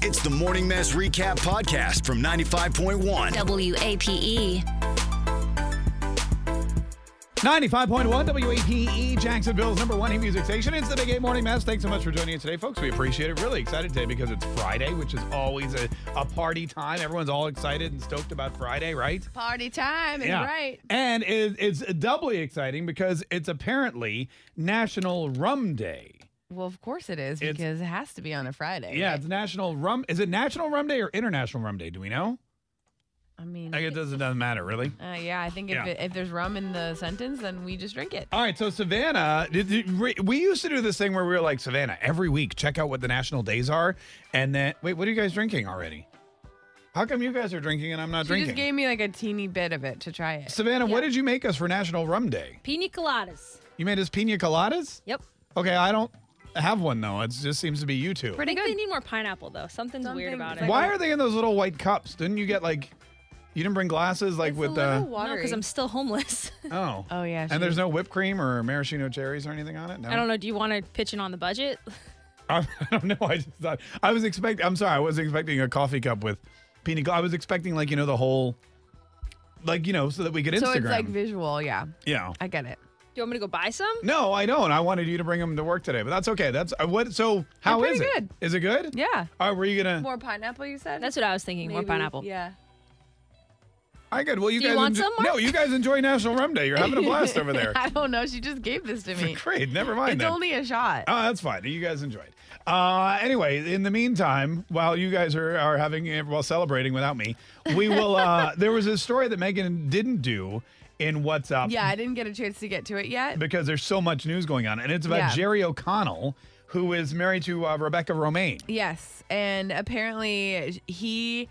It's the Morning Mess Recap Podcast from 95.1. E. WAPE. 95.1 WAPE, E Jacksonville's number one hit music station. It's the Big 8 Morning Mass. Thanks so much for joining us today, folks. We appreciate it. Really excited today because it's Friday, which is always a, a party time. Everyone's all excited and stoked about Friday, right? Party time, and right. And it, it's doubly exciting because it's apparently National Rum Day. Well, of course it is It's- because it has to be on a Friday. Yeah, right? it's National Rum. Is it National Rum Day or International Rum Day? Do we know? I mean, I guess it doesn't, doesn't matter, really. uh, yeah, I think if, Yeah. Oh, It, if there's rum in the sentence, then we just drink it. All right, so Savannah, did, did- re- we used to do this thing where we were like, Savannah, every week, check out what the national days are, and then wait, what are you guys drinking already? How come you guys are drinking and I'm not She drinking? just gave me like a teeny bit of it to try it. Savannah, what did you make us for National Rum Day? Pina coladas. You made us pina coladas. Yep. Okay, I don't have one though. It just seems to be you two. I think good. they need more pineapple though. Something's weird Something- about it. it's like- Why are they in those little white cups? Didn't you get like, you didn't bring glasses like It's a with little the No, watery. because I'm still homeless. oh Oh, yeah, she- and there's no whipped cream or maraschino cherries or anything on it. No, I don't know. Do you want to pitch in on the budget? I don't know. I just thought I was expecting. I'm sorry, I was expecting a coffee cup with pina colada. I was expecting like you know the whole, like you know, so that we could Instagram. so it's like visual. Yeah, yeah. I get it. Do you want me to go buy some? No, I don't. I wanted you to bring them to work today, but that's okay. That's uh, what. So how They're is pretty it? good. Is it good? Yeah, All right, were you gonna? more pineapple. You said That's what I was thinking. More pineapple. Yeah. I good. Well, you Do you guys want enjo- some, No, Mark? you guys enjoy National Rum Day. You're having a blast over there. I don't know. She just gave this to me. Great. Never mind. It's then. only a shot. Oh, that's fine. You guys enjoyed. Uh, anyway, in the meantime, while you guys are, are having while celebrating without me, we will. Uh, there was a story that Megan didn't do in What's Up yeah, I didn't get a chance to get to it yet. because there's so much news going on, and it's about Yeah. Jerry O'Connell, who is married to uh, Rebecca Romaine. Yes, and apparently he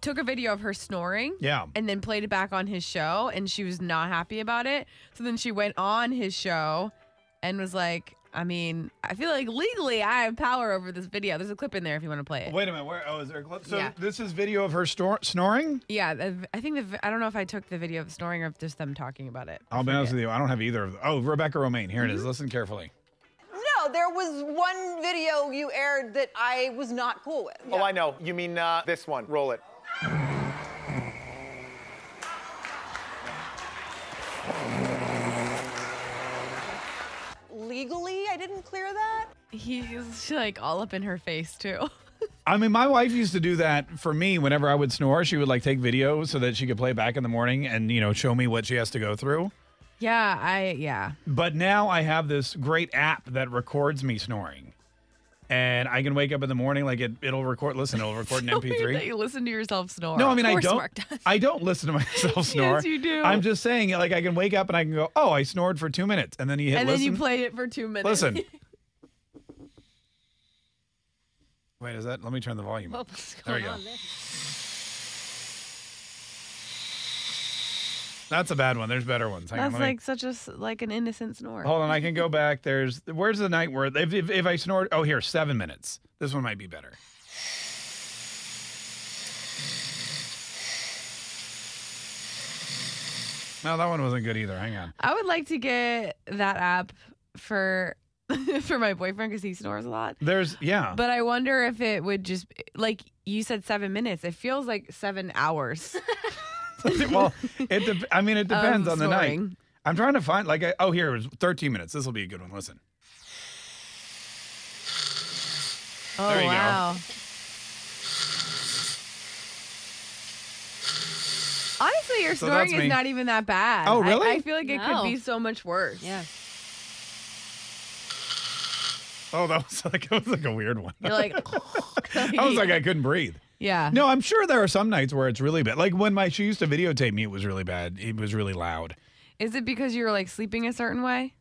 took a video of her snoring. Yeah. and then played it back on his show and she was not happy about it so then she went on his show and was like i mean i feel like legally i have power over this video there's a clip in there if you want to play it Wait a minute. Where? Oh, is there a clip? So Yeah. this is video of her snor- snoring. yeah the- i think the vi- i don't know if i took the video of the snoring or if just them talking about it I'll be honest with you. I don't have either of them. Oh, Rebecca Romaine. Here it Mm-hmm. is. Listen carefully. No, there was one video you aired that I was not cool with. Oh, I know. You mean uh, this one. Roll it. Legally, I didn't clear that. he's like all up in her face too I mean, my wife used to do that for me whenever I would snore. She would like take video so that she could play it back in the morning and, you know, show me what she has to go through. yeah i yeah But now I have this great app that records me snoring. And I can wake up in the morning, like it, it'll record, listen, it'll record an that MP3. you listen to yourself snore No, I mean, I course don't, Mark does. I don't listen to myself snore. you do. I'm just saying, like, I can wake up and I can go, oh, I snored for two minutes. And then you hit and listen. then you played it for two minutes listen. Wait, is that, let me turn the volume up. What's There going you go. on there? Oh. That's a bad one. There's better ones. Hang that's on, let me- like such a s- like an innocent snore Hold on, I can go back. There's where's the night where if, if, if I snored? Oh, here, seven minutes. This one might be better. No, that one wasn't good either. Hang on. I would like to get that app for for my boyfriend because he snores a lot. There's yeah. But I wonder if it would just like you said seven minutes. It feels like seven hours. well, it. dep I mean, it depends of on the night. Oh, snoring. I'm trying to find like I, oh here it's 13 minutes. This will be a good one. Listen. Oh There you go. wow. Honestly, your So snoring that's is me. not even that bad. Oh, I- really? I, feel like it could No. be so much worse. Yeah. Oh, that was like that was like a weird one. You're like, I was like I couldn't breathe. yeah. No, I'm sure there are some nights where it's really bad. Like when my she used to videotape me, it was really bad. It was really loud. Is it because you're like sleeping a certain way?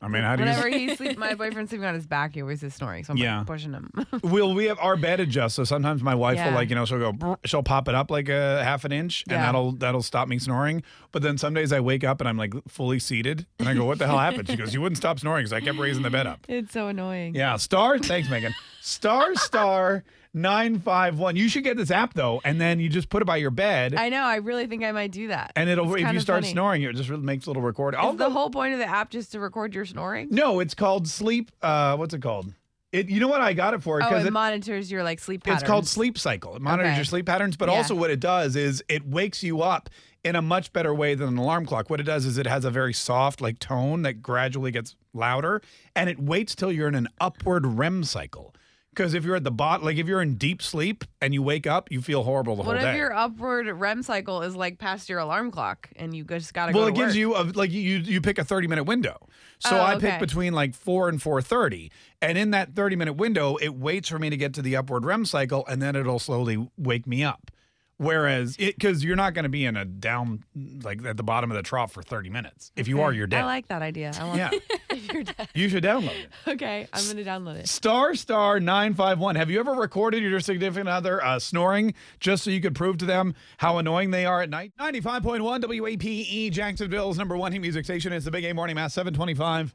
I mean, how do Whenever you? he's sleep, my boyfriend's sleeping on his back, he always is snoring. So I'm Yeah. like pushing him. Will we have our bed adjust? So sometimes my wife will Yeah. like you know she'll go brr, she'll pop it up like a half an inch and Yeah. that'll that'll stop me snoring. But then some days I wake up and I'm like fully seated and I go what the hell happened? She goes you wouldn't stop snoring because I kept raising the bed up. it's so annoying. Yeah, star. Thanks, Megan. Star star nine five one. You should get this app though, and then you just put it by your bed. I know. I really think I might do that. and it'll It's if you kinda start funny. snoring, it just really makes a little record. Is I'll the go- whole point of the app just to record your snoring? No, it's called sleep. Uh, what's it called? It, you know what I got it for? Oh, Because it, it, monitors your like sleep patterns. it's called sleep cycle. It monitors Okay. your sleep patterns, but Yeah. also what it does is it wakes you up in a much better way than an alarm clock. What it does is it has a very soft like tone that gradually gets louder and it waits till you're in an upward REM cycle. Because if you're at the bot, like if you're in deep sleep and you wake up, you feel horrible the What whole if day. your upward REM cycle is like past your alarm clock and you just gotta well, go? it to gives work? you a like you you pick a thirty minute window. So Oh, I okay. pick between like four and four thirty, and in that thirty minute window, it waits for me to get to the upward REM cycle, and then it'll slowly wake me up. Whereas, because you're not going to be in a down like at the bottom of the trough for thirty minutes. If you are, you're dead. I like that idea. I like yeah, if you're dead. you should download it. Okay, I'm gonna download it. Star Star 951. Have you ever recorded your significant other uh, snoring just so you could prove to them how annoying they are at night? 95.1 WAPE, E, Jacksonville's number one hit music station. It's the Big A Morning Mass, 725.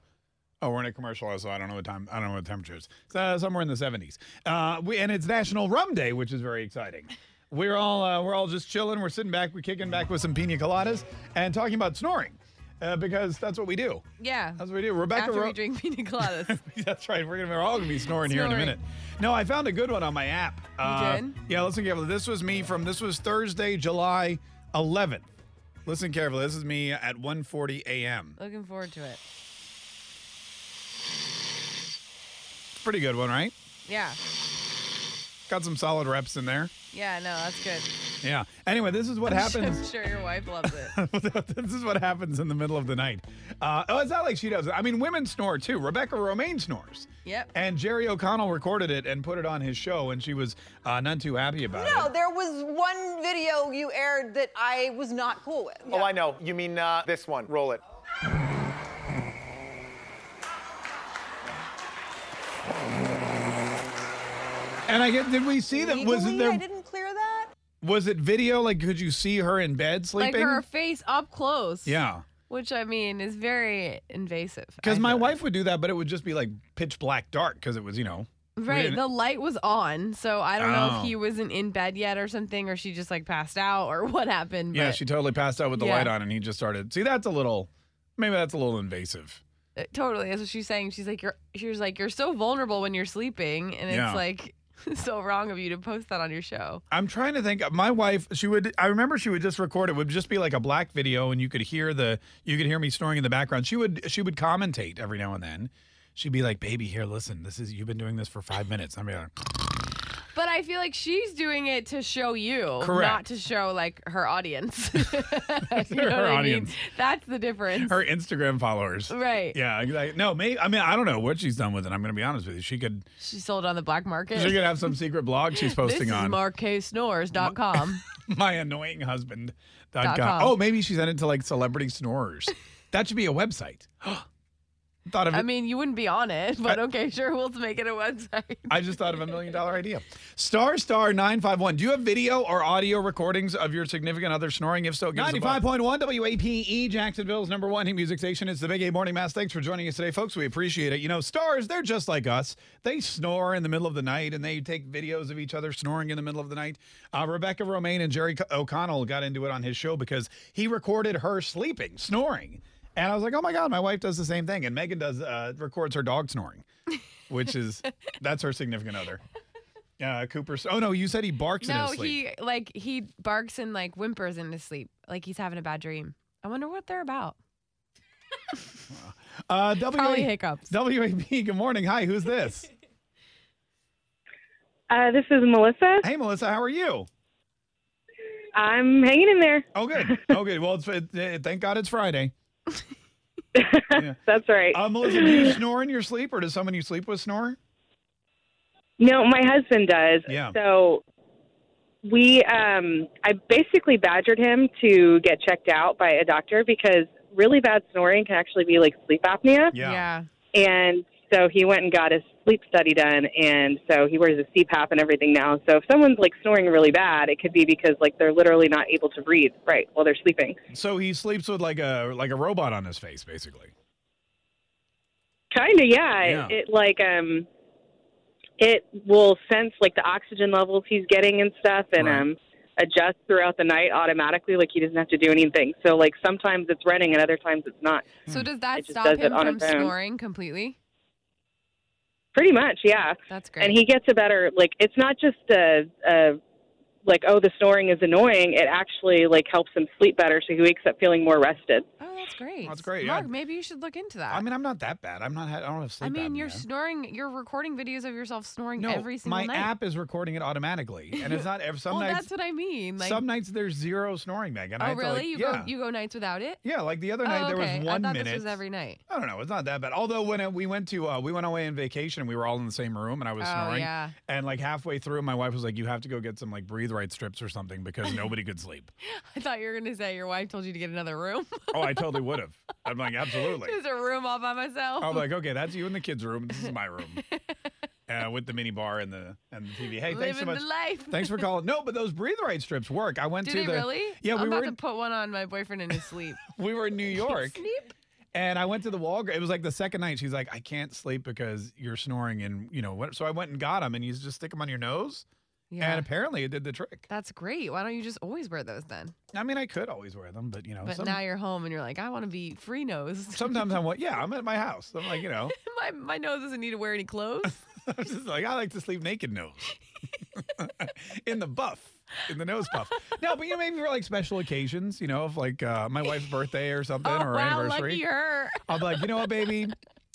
Oh, we're in a commercial, so I don't know what time. I don't know what temperature is. It's, uh, somewhere in the 70s. Uh, we, and it's National Rum Day, which is very exciting. We're all uh, we're all just chilling. We're sitting back. We're kicking back with some pina coladas and talking about snoring uh, because that's what we do. Yeah. That's what we do. Rebecca After we Ro- drink pina coladas. that's right. We're gonna we're all gonna be snoring, here in a Snoring. minute. No, I found a good one on my app. You did? Yeah, listen carefully. This was me from this was Thursday, July 11th. Listen carefully. This is me at 1:40 a.m. Looking forward to it. It's a Pretty good one, right? Yeah. Got some solid reps in there. Yeah. No, that's good. Yeah. Anyway, this is what happens. I'm sure your wife loves it. this is what happens in the middle of the night. Uh, oh, it's not like she does it. I mean, women snore too. Rebecca Romaine snores. Yep. And Jerry O'Connell recorded it and put it on his show, and she was uh, none too happy about it. No, there was one video you aired that I was not cool with. Oh, I know. You mean uh, this one. Roll it. And I get, did we see that? Was Legally, it there? I didn't clear that. Was it video? Like, could you see her in bed Like sleeping? her face up close. yeah. Which I mean is very invasive. Because I my feel wife would do that, but it would just be like pitch black dark because it was, you know. like. Right. Really? The light was on, so I don't know Oh. if he wasn't in bed yet or something, or she just like passed out or what happened. yeah, but she totally passed out with the Yeah. light on and he just started. See, that's a little, maybe that's a little invasive. it- uh, totally. That's what she's saying. She's like, you're. She was like, you're so vulnerable when you're sleeping, and Yeah. it's like so wrong of you to post that on your show. I'm trying to think. My wife, she would. I remember she would just record it. Would just be like a black video, and you could hear the, you could hear me snoring in the background. She would, she would commentate every now and then. She'd be like, "Baby, here, listen. This is you've been doing this for five minutes." I'm like, But I feel like she's doing it to show you, Correct. not to show like her audience. You know what I mean? audience. That's the difference. her Instagram followers. right. Yeah, exactly. No, maybe. I mean, I don't know what she's done with it. I'm going to be honest with you. She could, She sold on the black market. she could have some secret blog she's this posting is on marquesnores.com. myannoyinghusband.com. Dot com. Oh, maybe she's sent it to like celebrity snorers. that should be a website. thought of I it. mean, you wouldn't be on it, but okay, sure, we'll make it a website. I just thought of a million dollar idea. Star Star 951. Do you have video or audio recordings of your significant other snoring? If so, give us a buzz. 95.1 WAPE, Jacksonville's number one hit music station. It's the Big A Morning Mass. Thanks for joining us today, folks. We appreciate it. You know, stars, they're just like us. They snore in the middle of the night and they take videos of each other snoring in the middle of the night. Uh, Rebecca Romaine and Jerry Co- O'Connell got into it on his show because he recorded her sleeping, snoring. And I was like, oh my God, my wife does the same thing. And Megan does, uh, records her dog snoring which is that's her significant other. Uh, Cooper's. Oh no, you said he barks in No, his sleep. he like he barks and like whimpers in his sleep, like he's having a bad dream. I wonder what they're about. Uh, w- Probably hiccups. WAP. Good morning. Hi, who's this? Uh, this is Melissa. hey, Melissa. How are you? I'm hanging in there. Oh, good. Oh, good. Well, it's, it, it- thank God it's Friday. That's right. Uh, Melissa, do you snore in your sleep, or does someone you sleep with snore? no, my husband does. Yeah. So we, um, I basically badgered him to get checked out by a doctor because really bad snoring can actually be like sleep apnea. yeah. And so he went and got his sleep study done, and so he wears a CPAP and everything now. So if someone's like snoring really bad, it could be because like they're literally not able to breathe right while they're sleeping. So he sleeps with like a like a robot on his face, basically. Kind of, yeah. Yeah. It, it like um, it will sense like the oxygen levels he's getting and stuff, and Right. um, adjust throughout the night automatically. Like he doesn't have to do anything. So like sometimes it's running, Hmm. and other times it's not. So does that It just stop does it him on from its own. snoring completely? Pretty much, yeah. That's great. And he gets a better like. It's not just a, a like oh the snoring is annoying. It actually like helps him sleep better, so he wakes up feeling more rested. oh, that's great. That's great, yeah. Mark, maybe you should look into that. I mean, I'm not that bad. I'm not. I don't have sleep. I mean, apnea. you're snoring. You're recording videos of yourself snoring no. every single my night. app is recording it automatically, and it's not. ev- Some well, nights, that's what I mean. Like, some nights there's zero snoring, Megan. I oh, have to, like- really? you yeah. go you go nights without it? Yeah, like the other night oh, there okay. was one I thought minute. this was every night. I don't know. It's not that bad. Although when uh we went to uh, we went away on vacation, we were all in the same room, and I was Oh, snoring. yeah. And like halfway through, my wife was like, "You have to go get some like breathe right strips or something because nobody could sleep." I thought you were gonna say your wife told you to get another room. oh, I totally would have. I'm like, Oh, absolutely. There's a room all by myself. I'm like, okay, that's you in the kids' room. This is my room, uh, with the mini bar and the and the TV. Hey, thanks so Living much. the life. Thanks for calling. No, but those breathe right strips work. I went Do to they the really? Yeah, I'm we about were to put one on my boyfriend in his sleep. we were in New York. And I went to the Walgreens. It was like the second night. She's like, I can't sleep because you're snoring, and you know what? So I went and got them, and you just stick them on your nose, Yeah. and apparently it did the trick. That's great. Why don't you just always wear those then? I mean, I could always wear them, but you know, But some- now you're home and you're like, I want to be free nosed. sometimes I'm like, yeah, I'm at my house. I'm like, you know, my my nose doesn't need to wear any clothes. I'm just like I like to sleep naked nose, in the buff, in the nose puff. No, but you know, maybe for like special occasions, you know, if like uh, my wife's birthday or something, oh or wow, anniversary. lucky her. I'll be like, you know what, baby?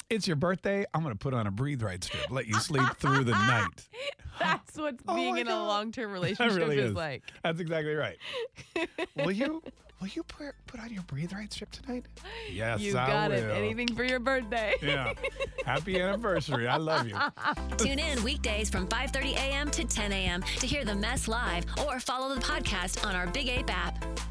It's your birthday. I'm gonna put on a breathe right strip, let you sleep through the night. That's what Oh being my in God. a long term relationship really is, is. like. That's exactly right. will you will you put, put on your breathe right strip tonight? Yes, You I got will. it. Anything for your birthday. Yeah. Happy anniversary. I love you. Tune in weekdays from 5:30 a.m. to 10 a.m. to hear the mess live or follow the podcast on our Big Ape app.